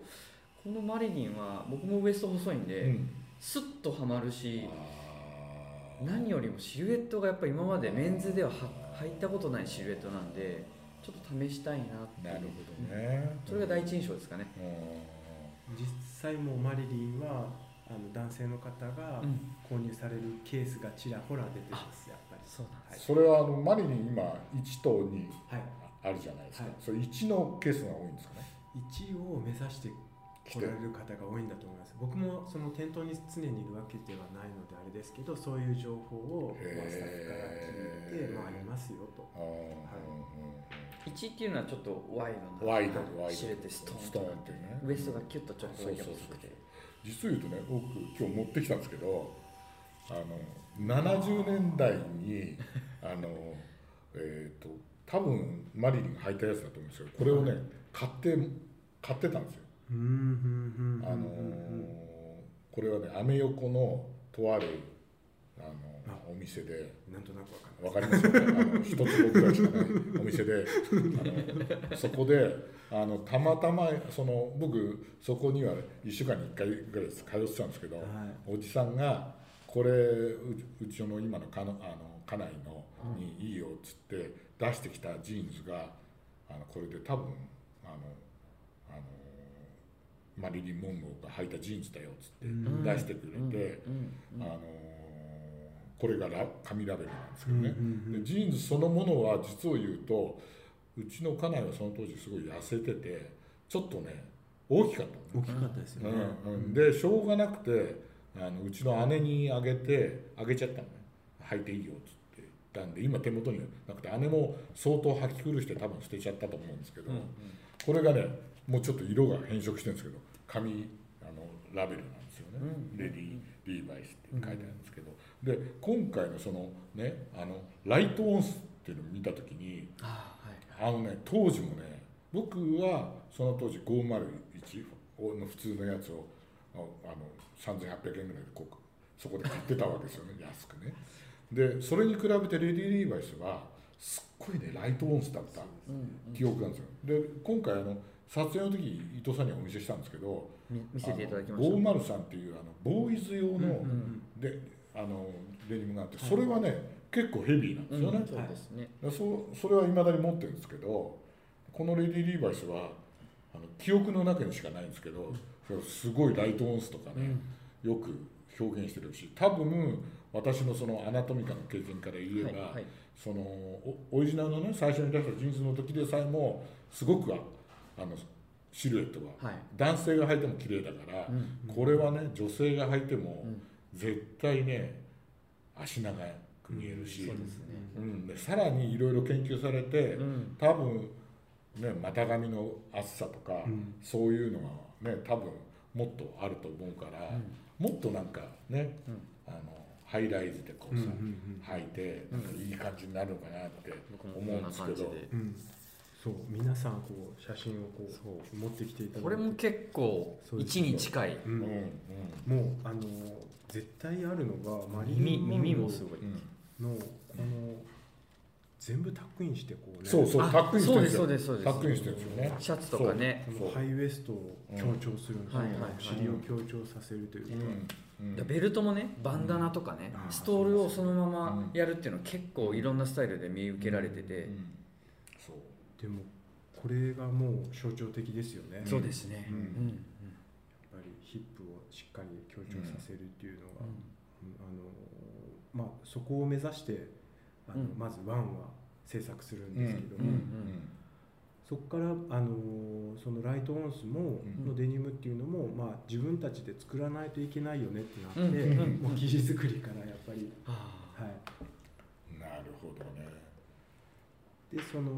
[SPEAKER 2] このマリリンは僕もウエスト細いん
[SPEAKER 1] う
[SPEAKER 2] で、
[SPEAKER 1] んうん
[SPEAKER 2] スッとはまるし
[SPEAKER 1] あー
[SPEAKER 2] 何よりもシルエットがやっぱ今までメンズではは履いたことないシルエットなんでちょっと試したいなって
[SPEAKER 1] な
[SPEAKER 2] いう
[SPEAKER 1] るほどね
[SPEAKER 2] それが第一印象ですかね、
[SPEAKER 1] う
[SPEAKER 3] 実際もうマリリンはあの男性の方が
[SPEAKER 2] うん
[SPEAKER 3] 購入されるケースがちらほら出てますやっぱり
[SPEAKER 2] そうなん
[SPEAKER 1] んそれはあのマリリン今1と2
[SPEAKER 3] はい
[SPEAKER 1] あるじゃないですか、
[SPEAKER 3] はい
[SPEAKER 1] それ1のケースが多いんですかね
[SPEAKER 3] 一応目指して来られる方が多いんだと思います僕もその店頭に常にいるわけではないのであれですけどそういう情報を
[SPEAKER 1] へー
[SPEAKER 3] まあスタッフから聞いてまあありますよと
[SPEAKER 1] あー、う
[SPEAKER 2] 1っていうのはちょっとワイド
[SPEAKER 1] んうん
[SPEAKER 2] な
[SPEAKER 1] ワイドでワイドで
[SPEAKER 2] シルエットストーン
[SPEAKER 1] ストーンってね
[SPEAKER 2] ウエストがキュッとちょっとだけ細
[SPEAKER 1] そうそう
[SPEAKER 2] く
[SPEAKER 1] そ
[SPEAKER 2] て
[SPEAKER 1] 実を言うとね僕今日持ってきたんですけどあの70年代にあの えっ、と多分マリリンが履いたやつだと思うんですけどこれをね買って買ってたんですよ、
[SPEAKER 3] うんうんうんうんうん
[SPEAKER 1] あのこれはねアメ横のとあるあのお店で
[SPEAKER 3] なんとなくわかんない
[SPEAKER 1] わかりますよね。あの一坪ぐらいしかないお店で、あのそこであのたまたまその僕そこには一週間に一回ぐらいです通ってたんですけど、
[SPEAKER 3] はい
[SPEAKER 1] おじさんがこれううちの今のかのあの家内のにいいよっつって出してきたジーンズがあのこれで多分あのあのマリリン・モンローが履いたジーンズだよっつって
[SPEAKER 3] うん
[SPEAKER 1] 出してくれて。
[SPEAKER 2] うんうん
[SPEAKER 1] あ
[SPEAKER 2] うん
[SPEAKER 1] のーこれがラ紙ラベルなんですけどね、
[SPEAKER 3] うんうんうん
[SPEAKER 1] でジーンズそのものは実を言うとうちの家内はその当時すごい痩せててちょっとね大きかった
[SPEAKER 3] 大
[SPEAKER 1] の
[SPEAKER 3] きかったですよね、
[SPEAKER 1] ね、うんうん、でしょうがなくてあのうちの姉にあげてあげちゃったのね履いていいよっつって言ったんで今手元になくて姉も相当履き苦して多分捨てちゃったと思うんですけど、これがねもうちょっと色が変色してるんですけど紙あのラベルなんですよね、
[SPEAKER 2] うん
[SPEAKER 1] レディー・リーバイスって書いてあるんですけど、で今回のそのねあのライトオンスっていうのを見た時に
[SPEAKER 2] あーは
[SPEAKER 1] あ
[SPEAKER 2] い
[SPEAKER 1] のね当時もね僕はその当時501の普通のやつをああの3800円ぐらいでこう そこで買ってたわけですよね安くねでそれに比べてレディー・リーバイスはすっごいねライトオンスだった記憶なんですよで今回あの撮影の時伊藤さんにはお見せしたんですけど
[SPEAKER 2] み見せていただきました。
[SPEAKER 1] 503っていうあのボーイズ用の、
[SPEAKER 2] うんうん
[SPEAKER 1] であのデニムがあって
[SPEAKER 3] はい
[SPEAKER 1] それはね、結構ヘビーなんです
[SPEAKER 2] うん
[SPEAKER 1] よね、
[SPEAKER 2] そうですね。
[SPEAKER 1] でそうそれはいまだに持ってるんですけどこのレディ・リーバイスはあの記憶の中にしかないんですけど、それすごいライトオンスとかね、よく表現してるし多分私のそのアナトミカの経験から言えば、
[SPEAKER 2] はいはい
[SPEAKER 1] そのおオリジナルのね最初に出したジーンズの時でさえもすごくああのシルエットが
[SPEAKER 2] はい。
[SPEAKER 1] 男性が履いても綺麗だから、
[SPEAKER 2] うん
[SPEAKER 1] これはね女性が履いても
[SPEAKER 2] うん
[SPEAKER 1] 絶対ね足長く見えるし、
[SPEAKER 2] そうですね。
[SPEAKER 1] うんでさらにいろいろ研究されて、
[SPEAKER 2] うん
[SPEAKER 1] 多分ね股上の厚さとか、
[SPEAKER 3] うん
[SPEAKER 1] そういうのはね多分もっとあると思うから、もっとなんかね、
[SPEAKER 2] うん
[SPEAKER 1] あのハイライズでこうさ、
[SPEAKER 3] うん
[SPEAKER 1] 履いてなんかいい感じになるのかなって
[SPEAKER 2] 僕もこ
[SPEAKER 1] 思うんん
[SPEAKER 2] な
[SPEAKER 1] です
[SPEAKER 2] 感
[SPEAKER 1] け
[SPEAKER 2] じ
[SPEAKER 1] ど。
[SPEAKER 2] で。
[SPEAKER 3] うんそう皆さんこう写真をこう持ってきていただいて
[SPEAKER 2] これも結構
[SPEAKER 3] そうです
[SPEAKER 2] 一に近い。
[SPEAKER 1] う
[SPEAKER 3] う
[SPEAKER 1] ん
[SPEAKER 3] ん
[SPEAKER 1] うん
[SPEAKER 3] もうあの絶対あるのがマリ
[SPEAKER 2] 耳
[SPEAKER 3] リン・
[SPEAKER 2] 耳
[SPEAKER 3] モ
[SPEAKER 2] も
[SPEAKER 3] ン
[SPEAKER 2] すごい。
[SPEAKER 1] うん
[SPEAKER 3] ローのこの全部タックインしてこうね
[SPEAKER 1] そうそう
[SPEAKER 2] あ
[SPEAKER 1] タックインしてるんです
[SPEAKER 2] そう
[SPEAKER 1] よ
[SPEAKER 2] ですそうですそうです
[SPEAKER 1] タックインしてるんですよね
[SPEAKER 2] シャツとかね。
[SPEAKER 3] このハイウエストを強調するんですよ
[SPEAKER 2] うんはいはいはい
[SPEAKER 3] お尻を強調させるというか、
[SPEAKER 1] うんうん
[SPEAKER 2] だからベルトもねバンダナとかね、
[SPEAKER 3] うんあー
[SPEAKER 2] ストールをそのままやるっていうのは結構いろんなスタイルで見受けられてて、
[SPEAKER 1] うんそう
[SPEAKER 3] でもこれがもう象徴的ですよね
[SPEAKER 2] そうですね、
[SPEAKER 1] うん
[SPEAKER 2] うん
[SPEAKER 3] やっぱりヒップをしっかり強調させるっていうのが、うんあのまあ、そこを目指してあ
[SPEAKER 2] う
[SPEAKER 3] の、
[SPEAKER 2] ん
[SPEAKER 3] まずワンは制作するんですけど
[SPEAKER 2] うん
[SPEAKER 3] も、
[SPEAKER 2] うん
[SPEAKER 3] そこからあのそのライトオンスも、
[SPEAKER 1] うん
[SPEAKER 3] のデニムっていうのも、まあ、自分たちで作らないといけないよねってなって、
[SPEAKER 2] うん
[SPEAKER 1] うん
[SPEAKER 3] もう生地作りからやっぱり、
[SPEAKER 2] あ
[SPEAKER 3] は
[SPEAKER 1] なるほどね
[SPEAKER 3] い、でその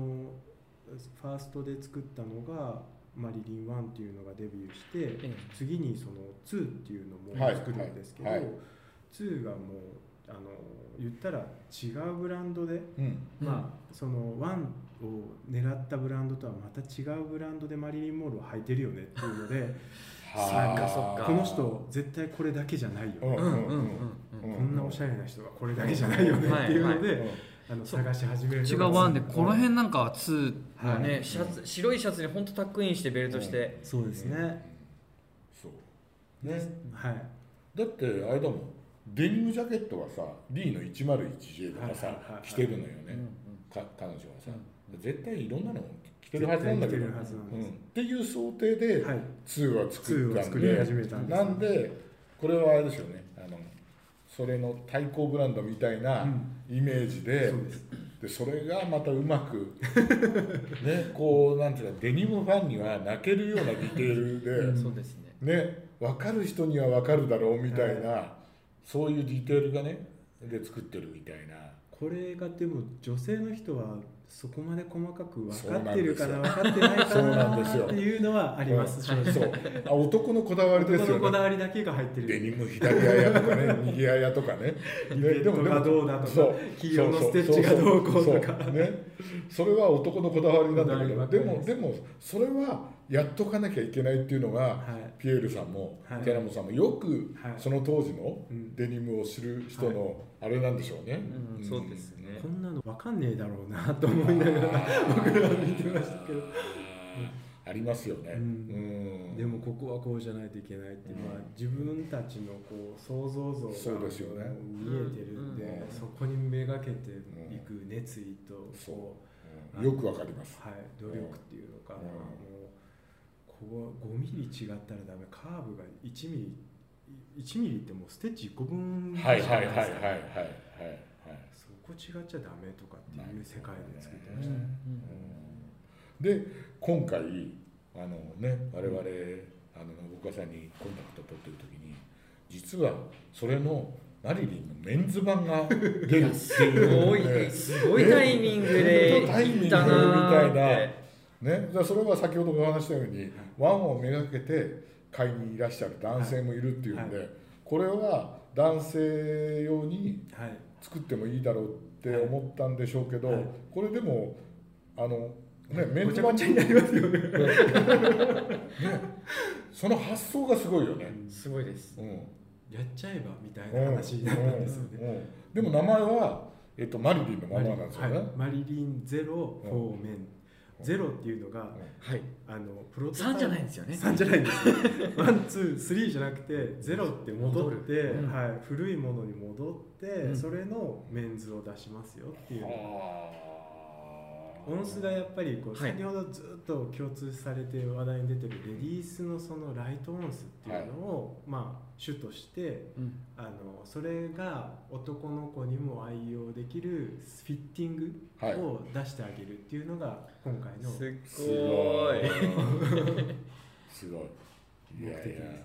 [SPEAKER 3] ファーストで作ったのがマリリン1っていうのがデビューして
[SPEAKER 2] ー、え
[SPEAKER 3] 次にその2っていうの
[SPEAKER 1] はい
[SPEAKER 3] も作るんですけど、
[SPEAKER 1] はいはい
[SPEAKER 3] 2がもうあの言ったら違うブランドで、
[SPEAKER 1] うん
[SPEAKER 2] うん
[SPEAKER 3] まあその1を狙ったブランドとはまた違うブランドでマリリン・モールを履いてるよねっていうので
[SPEAKER 1] はあ
[SPEAKER 2] そっかそっか
[SPEAKER 3] この人絶対これだけじゃないよね、
[SPEAKER 1] うん
[SPEAKER 2] えうんうんうん
[SPEAKER 1] うん
[SPEAKER 3] こんなおしゃれな人はこれだけじゃないよね
[SPEAKER 2] はい
[SPEAKER 3] っていうので、
[SPEAKER 1] うん
[SPEAKER 3] あの
[SPEAKER 2] そう
[SPEAKER 3] 探し始める
[SPEAKER 2] 違
[SPEAKER 3] のが
[SPEAKER 2] うワンでこの辺なんかはツーがね、
[SPEAKER 1] はい
[SPEAKER 2] シャツ白いシャツに本当タックインしてベルトして、
[SPEAKER 3] そうです
[SPEAKER 1] うんうん
[SPEAKER 3] ね、
[SPEAKER 1] そうね
[SPEAKER 3] はい
[SPEAKER 1] だってあれだもんデニムジャケットはさ D の 101J とかさ
[SPEAKER 3] はいはいはいはい
[SPEAKER 1] 着てるのよ
[SPEAKER 2] うんう
[SPEAKER 1] ね
[SPEAKER 2] ん
[SPEAKER 1] か彼女はさ
[SPEAKER 2] う
[SPEAKER 1] 絶対いろんなの着てるはずなんだけど
[SPEAKER 3] 絶対着てるはずなん
[SPEAKER 1] う
[SPEAKER 3] で
[SPEAKER 1] ん
[SPEAKER 3] す
[SPEAKER 1] っていう想定で
[SPEAKER 3] はい
[SPEAKER 1] 2は作
[SPEAKER 3] 2
[SPEAKER 1] った
[SPEAKER 3] を
[SPEAKER 1] ん
[SPEAKER 3] 作り
[SPEAKER 1] で
[SPEAKER 3] 始めたんです
[SPEAKER 1] なんでこれはあれですよねあのそれの対抗ブランドみたいな
[SPEAKER 3] うん
[SPEAKER 1] イメージで,、
[SPEAKER 3] そうです
[SPEAKER 1] でそれがまたうまく ねこうなんていうかデニムファンには泣けるようなディテー
[SPEAKER 2] うん
[SPEAKER 1] ル
[SPEAKER 2] そうですね
[SPEAKER 1] で、ね、分かる人には分かるだろうみたいな、そういうディテールがねで作ってるみたいな。
[SPEAKER 3] これがでも女性の人はそこまで細かく分かってるかな分かってないか
[SPEAKER 1] そうなんです
[SPEAKER 3] な
[SPEAKER 1] よ
[SPEAKER 3] っていうのはあります
[SPEAKER 1] う
[SPEAKER 3] 正
[SPEAKER 1] ん
[SPEAKER 3] 直
[SPEAKER 1] そうあ男のこだわりです
[SPEAKER 3] 男の
[SPEAKER 1] よ
[SPEAKER 3] こだ
[SPEAKER 1] ね
[SPEAKER 3] わりだけが入って
[SPEAKER 1] デニ
[SPEAKER 3] る
[SPEAKER 1] ム左あやとか ね右あやとかね
[SPEAKER 3] リベットがどうだとか
[SPEAKER 1] そう
[SPEAKER 3] 黄色のステッチがどうこうとか
[SPEAKER 1] そね、それは男のこだわりなんだけど
[SPEAKER 3] こだわりばっか
[SPEAKER 1] で
[SPEAKER 3] りで
[SPEAKER 1] も
[SPEAKER 3] す
[SPEAKER 1] でもそれはやっとかなきゃいけないっていうのが
[SPEAKER 3] はい
[SPEAKER 1] ピエールさんも、
[SPEAKER 3] はい
[SPEAKER 1] テラモさんもよく
[SPEAKER 3] はい
[SPEAKER 1] その当時の
[SPEAKER 3] うん
[SPEAKER 1] デニムを知る人のあれなんでしょうね、
[SPEAKER 2] うんうんそうですね
[SPEAKER 3] こんなの分かんねえだろうなと思いながら
[SPEAKER 1] 僕
[SPEAKER 3] ら見てましたけど
[SPEAKER 1] ありますよね、
[SPEAKER 3] うん
[SPEAKER 1] うん
[SPEAKER 3] でもここはこうじゃないといけないっていうのは自分たちのこう想像像
[SPEAKER 1] そう
[SPEAKER 3] が
[SPEAKER 1] ですよね
[SPEAKER 3] 見えてるんで
[SPEAKER 1] うん
[SPEAKER 3] そこにめがけていく熱意と
[SPEAKER 1] そう
[SPEAKER 3] こう
[SPEAKER 1] うんよくわかります
[SPEAKER 3] はい、努力っていうのかな、
[SPEAKER 1] うん
[SPEAKER 3] もうここは5ミリ違ったらダメカーブが1ミリ1ミリってもうステッチ1個分
[SPEAKER 1] はいはいはいはいはい
[SPEAKER 3] じゃ
[SPEAKER 1] はいはい
[SPEAKER 3] ないですかそこ違っちゃダメとかっていう世界で作って
[SPEAKER 1] う
[SPEAKER 3] ま
[SPEAKER 1] ん
[SPEAKER 3] し
[SPEAKER 2] う
[SPEAKER 3] たね、
[SPEAKER 2] ん
[SPEAKER 1] で今回あのね我々、あの信岡さんにコンタクト取ってる時に実はそれのマリリンのメンズ版が出るっていう
[SPEAKER 2] うんすごい、
[SPEAKER 1] ね
[SPEAKER 2] すごいタイミングで
[SPEAKER 1] タイミングみ
[SPEAKER 2] 行ったた
[SPEAKER 1] い
[SPEAKER 2] なー
[SPEAKER 1] な
[SPEAKER 2] って
[SPEAKER 1] ね、じゃあそれは先ほどお話ししたようにワンをめがけて買いにいらっしゃる男性もいるっていうんで、
[SPEAKER 3] は
[SPEAKER 1] これは男性用に
[SPEAKER 3] はい
[SPEAKER 1] 作ってもいいだろうって思ったんでしょうけど、
[SPEAKER 3] はい
[SPEAKER 1] これでもあのねメン
[SPEAKER 3] ごち
[SPEAKER 1] ズ
[SPEAKER 3] ゃご
[SPEAKER 1] 版
[SPEAKER 3] ちゃになりますよね
[SPEAKER 1] その発想がすごいよね。
[SPEAKER 2] すごいです
[SPEAKER 1] うん
[SPEAKER 3] やっちゃえばみたいな話になったんですよね、
[SPEAKER 1] うんうんでも名前はえっと、マリリンのままなんですよね。
[SPEAKER 3] はいマリリンゼロフォーメンゼロっていうのが
[SPEAKER 2] はい
[SPEAKER 3] あのプロトタイ
[SPEAKER 2] 3
[SPEAKER 3] プ
[SPEAKER 2] じゃないんですよね
[SPEAKER 3] 3じゃないんですよワンツースリーじゃなくてゼロって戻って
[SPEAKER 2] 戻るうん
[SPEAKER 3] はい、古いものに戻って、
[SPEAKER 2] ん
[SPEAKER 3] それのメンズを出しますよっていう
[SPEAKER 1] あー
[SPEAKER 3] 音数がやっぱりこう
[SPEAKER 2] はい
[SPEAKER 3] 先ほどずっと共通されて話題に出てるレディースのそのライト音数っていうのを、まあ主として
[SPEAKER 2] うん
[SPEAKER 3] あのそれが男の子にも愛用できるフィッティング
[SPEAKER 1] はい
[SPEAKER 3] を出してあげるっていうのが今回の、
[SPEAKER 2] すっ
[SPEAKER 1] す
[SPEAKER 2] ご
[SPEAKER 1] ご
[SPEAKER 2] い
[SPEAKER 1] いすごいい
[SPEAKER 3] 目
[SPEAKER 1] やい
[SPEAKER 3] 的
[SPEAKER 1] や
[SPEAKER 3] で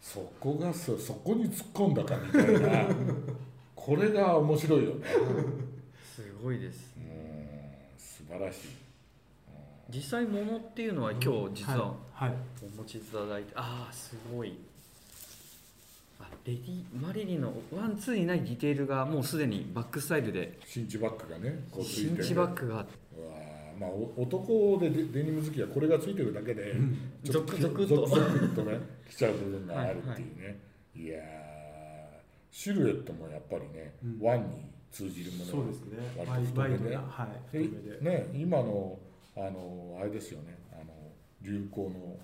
[SPEAKER 3] す
[SPEAKER 1] そこがそそこに突っ込んだかみたいなこれが面白いよね
[SPEAKER 2] すごいです
[SPEAKER 1] うん素晴らしい
[SPEAKER 2] 実際ものっていうのは今日実は
[SPEAKER 3] はい、はい
[SPEAKER 2] お持ちいただいてああすごいあレディマリリンのワンツーにないディテールがもうすでにバックスタイルで
[SPEAKER 1] 新地バッグがねこうついて
[SPEAKER 2] 新地バッグが
[SPEAKER 1] うわーまあお男でデデニム好きはこれがついてるだけでちょっ
[SPEAKER 2] ゾクゾクっと
[SPEAKER 1] ゾクゾクっとね来ちゃう部分があるっていうね、いやーシルエットもやっぱりね、
[SPEAKER 3] うん
[SPEAKER 1] ワンに通じるもの
[SPEAKER 3] そうですねワ
[SPEAKER 1] 割
[SPEAKER 3] イ
[SPEAKER 1] と
[SPEAKER 3] ワイ
[SPEAKER 1] 太
[SPEAKER 3] ド
[SPEAKER 1] めで
[SPEAKER 3] な、
[SPEAKER 1] ね
[SPEAKER 3] はい、太
[SPEAKER 1] で
[SPEAKER 3] めで
[SPEAKER 1] ね今のあのあれですよねあの流行の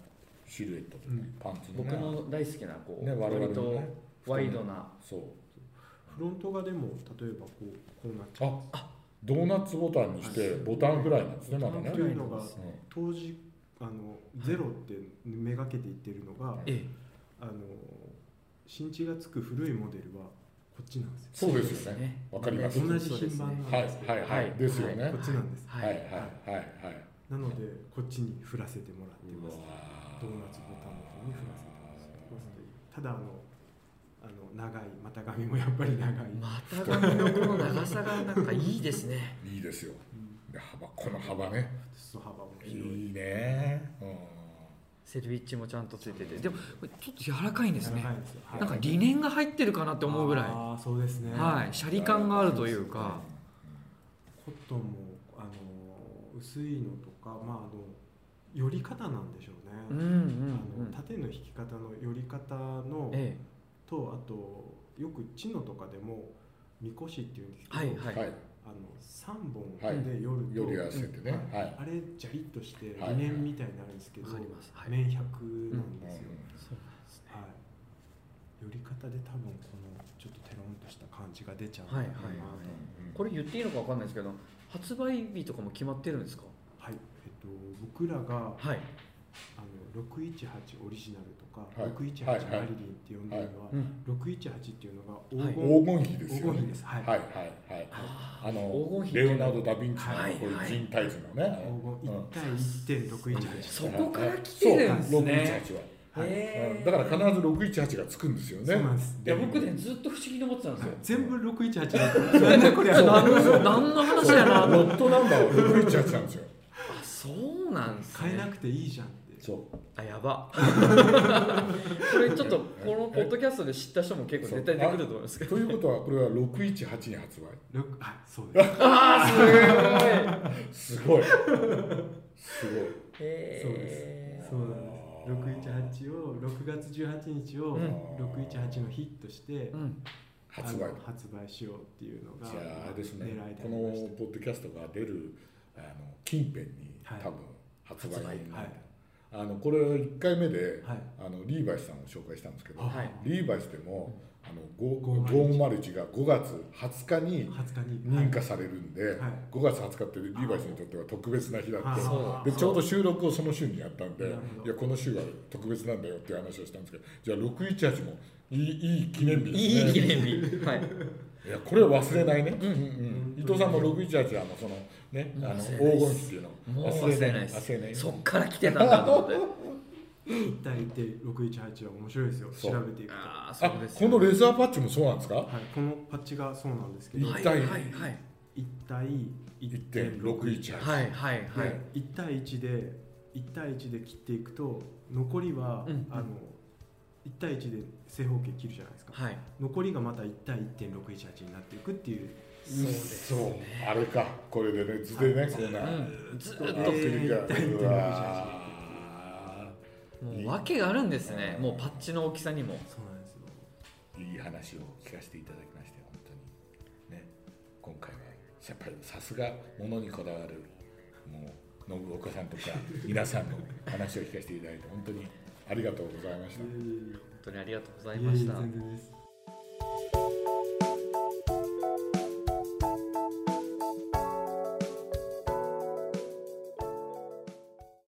[SPEAKER 1] シルエットとか、
[SPEAKER 3] うん
[SPEAKER 1] パンツの
[SPEAKER 2] 僕
[SPEAKER 1] ね
[SPEAKER 2] の大好きなこう、
[SPEAKER 1] ね我々
[SPEAKER 2] 割
[SPEAKER 1] の
[SPEAKER 2] と
[SPEAKER 1] ね
[SPEAKER 2] ワイドな
[SPEAKER 1] そう
[SPEAKER 3] フロントがでも例えばこうこうなっちゃ
[SPEAKER 1] あドーナツボタンにしてボタンフライなんですねまだ
[SPEAKER 3] う
[SPEAKER 1] ね
[SPEAKER 3] と
[SPEAKER 2] フラ
[SPEAKER 3] い
[SPEAKER 2] イ
[SPEAKER 3] うのが
[SPEAKER 2] そう
[SPEAKER 3] 当時あのゼロってめがけていってるのが、
[SPEAKER 1] はい
[SPEAKER 2] え
[SPEAKER 3] あの新地がつく古いモデルはこっちなんですよ
[SPEAKER 1] そうですよねわかります
[SPEAKER 3] 同じ品番
[SPEAKER 1] んはいはいはい、
[SPEAKER 2] はい
[SPEAKER 1] ですよね、
[SPEAKER 3] こっちなんです、
[SPEAKER 1] はいはい
[SPEAKER 2] はい
[SPEAKER 1] はいはい。
[SPEAKER 3] なのでこっちに振らせてもらってますドーナツボタンの方に振らせてますただあのあの長い股髪もやっぱり長い、
[SPEAKER 2] 股上のこの長さがなんかいいですね
[SPEAKER 1] いいですよ。
[SPEAKER 3] うん、
[SPEAKER 1] で幅この幅ね。
[SPEAKER 3] 裾幅も広い
[SPEAKER 1] いいね。うん。
[SPEAKER 2] セルビッチもちゃんとついててでもこれちょっと柔らかいんですね
[SPEAKER 3] 柔らかいんですよはい
[SPEAKER 2] なんかリネンが入ってるかなって思うぐらい
[SPEAKER 3] ああそうですね
[SPEAKER 2] はいシャリ感があるというか
[SPEAKER 3] コットンもあの薄いのとかまああの寄り方なんでしょうね、
[SPEAKER 2] うんうんう
[SPEAKER 3] あの
[SPEAKER 2] ん
[SPEAKER 3] 縦の引き方の寄り方の
[SPEAKER 2] え
[SPEAKER 3] とあとよくチノとかでもみこしっていうんですけ
[SPEAKER 2] えは
[SPEAKER 3] ど、
[SPEAKER 2] い
[SPEAKER 1] は。
[SPEAKER 2] はいい、
[SPEAKER 1] はい。
[SPEAKER 3] あの3
[SPEAKER 1] は
[SPEAKER 3] 本
[SPEAKER 1] い
[SPEAKER 3] で寄ると、
[SPEAKER 1] より合わせてね。はい。
[SPEAKER 3] あれジャリッとして
[SPEAKER 1] はい
[SPEAKER 3] 2年みたいになるんですけど、
[SPEAKER 2] わかりますはい
[SPEAKER 3] 面100なんですよ、
[SPEAKER 2] そうなんですね
[SPEAKER 3] はい、寄り方で多分このちょっとテロンとした感じが出ちゃうんだ
[SPEAKER 2] はい
[SPEAKER 3] ろ
[SPEAKER 2] はいう
[SPEAKER 3] なと、
[SPEAKER 2] はい
[SPEAKER 1] うん
[SPEAKER 2] これ言っていいのかわかんないですけど発売日とかも決まってるんですか
[SPEAKER 3] はいえっと、僕らが
[SPEAKER 2] はい
[SPEAKER 3] あの618オリジナルとか、
[SPEAKER 1] はい
[SPEAKER 3] 618
[SPEAKER 1] はいはい
[SPEAKER 3] マリリンって呼んでるのは、
[SPEAKER 2] うん
[SPEAKER 3] 618っていうのが黄金,、
[SPEAKER 1] 黄金比です
[SPEAKER 3] 黄
[SPEAKER 1] よ
[SPEAKER 3] 金比
[SPEAKER 1] ね
[SPEAKER 3] で。す、はい
[SPEAKER 1] はいはいはい。
[SPEAKER 2] あ
[SPEAKER 1] あ
[SPEAKER 2] 黄
[SPEAKER 1] の
[SPEAKER 2] 金比
[SPEAKER 1] レオナルドダヴィンチの
[SPEAKER 2] はい
[SPEAKER 1] こういう人体図のね。
[SPEAKER 3] 黄金1対1.618
[SPEAKER 2] そこから来てるんですね
[SPEAKER 1] そう618は。
[SPEAKER 2] ー
[SPEAKER 3] はい
[SPEAKER 1] う
[SPEAKER 2] へえ
[SPEAKER 1] んだから必ず618がつくんですよね。
[SPEAKER 3] そうなんです
[SPEAKER 2] いや僕ねずっと不思議に思ってたんです
[SPEAKER 3] はい
[SPEAKER 2] よ
[SPEAKER 3] 全部618なんですなんだこれ
[SPEAKER 2] 何
[SPEAKER 3] は
[SPEAKER 2] の何の話やなと
[SPEAKER 1] ロ
[SPEAKER 2] 思って
[SPEAKER 1] ットナンバーは618なんですよ。
[SPEAKER 2] あ そうなんです
[SPEAKER 3] 変えな
[SPEAKER 2] ね
[SPEAKER 3] くていいじゃんって
[SPEAKER 1] そう。
[SPEAKER 2] あやば これちょっとこのポッドキャストで知った人も結構絶対出てくると思いますけど
[SPEAKER 1] ということはこれは618に発売
[SPEAKER 3] 六はいそうです
[SPEAKER 2] あ ー
[SPEAKER 1] すごいすごい
[SPEAKER 2] すごいへ
[SPEAKER 3] そう
[SPEAKER 2] え
[SPEAKER 3] ですそうなんです618を6月18日を
[SPEAKER 2] うん
[SPEAKER 3] 618のヒットして、
[SPEAKER 2] うん
[SPEAKER 1] 発売
[SPEAKER 3] あの発売しようっていうのが
[SPEAKER 1] じゃああれですね
[SPEAKER 3] 狙いでありました
[SPEAKER 1] このポッドキャストが出るあの近辺に
[SPEAKER 3] はい
[SPEAKER 1] 多分発売に、
[SPEAKER 2] 発
[SPEAKER 3] 売はい
[SPEAKER 1] あのこれ1回目で、
[SPEAKER 3] はい
[SPEAKER 1] あのリーバイスさんを紹介したんですけど、
[SPEAKER 3] あ
[SPEAKER 2] はい
[SPEAKER 1] リーバイスでもあの5
[SPEAKER 3] 501
[SPEAKER 1] 501が5月20日に
[SPEAKER 3] 20日に
[SPEAKER 1] 認可されるんで、
[SPEAKER 3] い
[SPEAKER 1] 5月20日ってリーバイスにとっては特別な日だって
[SPEAKER 3] あ
[SPEAKER 2] そ
[SPEAKER 1] で
[SPEAKER 2] う
[SPEAKER 1] ちょうど収録をその週にやったんで
[SPEAKER 3] なるほ
[SPEAKER 1] い
[SPEAKER 3] ど
[SPEAKER 1] やこの週は特別なんだよっていう話をしたんですけどじゃあ618もいいいい記念日ですね
[SPEAKER 2] いい記念日 はい
[SPEAKER 1] いやこれは忘れないね、
[SPEAKER 2] うんうん
[SPEAKER 1] 伊藤さんも618はあのそのねあの
[SPEAKER 2] 忘
[SPEAKER 1] 黄
[SPEAKER 2] れな
[SPEAKER 1] 金
[SPEAKER 2] いです
[SPEAKER 1] 比っていうの
[SPEAKER 2] もう忘れないです
[SPEAKER 1] 忘れない
[SPEAKER 2] そっから来てたんだと思 って
[SPEAKER 3] 1対1.618は面白いですよ
[SPEAKER 1] そう
[SPEAKER 3] 調べていくと、は
[SPEAKER 2] ああ
[SPEAKER 1] あ
[SPEAKER 2] そうです
[SPEAKER 1] こ
[SPEAKER 2] よ
[SPEAKER 1] のレザーパッチもそうなんですか、
[SPEAKER 3] い、このパッチがそうなんですけど
[SPEAKER 1] 一
[SPEAKER 2] はい
[SPEAKER 1] 対
[SPEAKER 2] はいはい
[SPEAKER 3] 1対
[SPEAKER 1] 1.618
[SPEAKER 3] 1.618
[SPEAKER 2] はいはいは
[SPEAKER 3] で
[SPEAKER 2] い
[SPEAKER 3] 1対1で1対1で切っていくと残りは、
[SPEAKER 2] うん
[SPEAKER 3] あの1対1で正方形切るじゃないですか
[SPEAKER 2] はい
[SPEAKER 3] 残りがまた1対1.618になっていくっていう
[SPEAKER 2] そうです
[SPEAKER 1] そうあれかこれでね図でねこんな、
[SPEAKER 2] うんずーっ
[SPEAKER 1] あ
[SPEAKER 2] と
[SPEAKER 1] 繰り返
[SPEAKER 3] えー
[SPEAKER 1] うわ
[SPEAKER 2] もう訳があるんですねもうパッチの大きさにも
[SPEAKER 3] そうなんですよ
[SPEAKER 1] ーいい話を聞かせていただきまして本当にねこ今回はやっぱりさすがものにこだわるもう信岡さんとか皆さんの話を聞かせていただいて本当にありがとうございました。
[SPEAKER 2] 本当にありがとうございました。
[SPEAKER 3] 全然です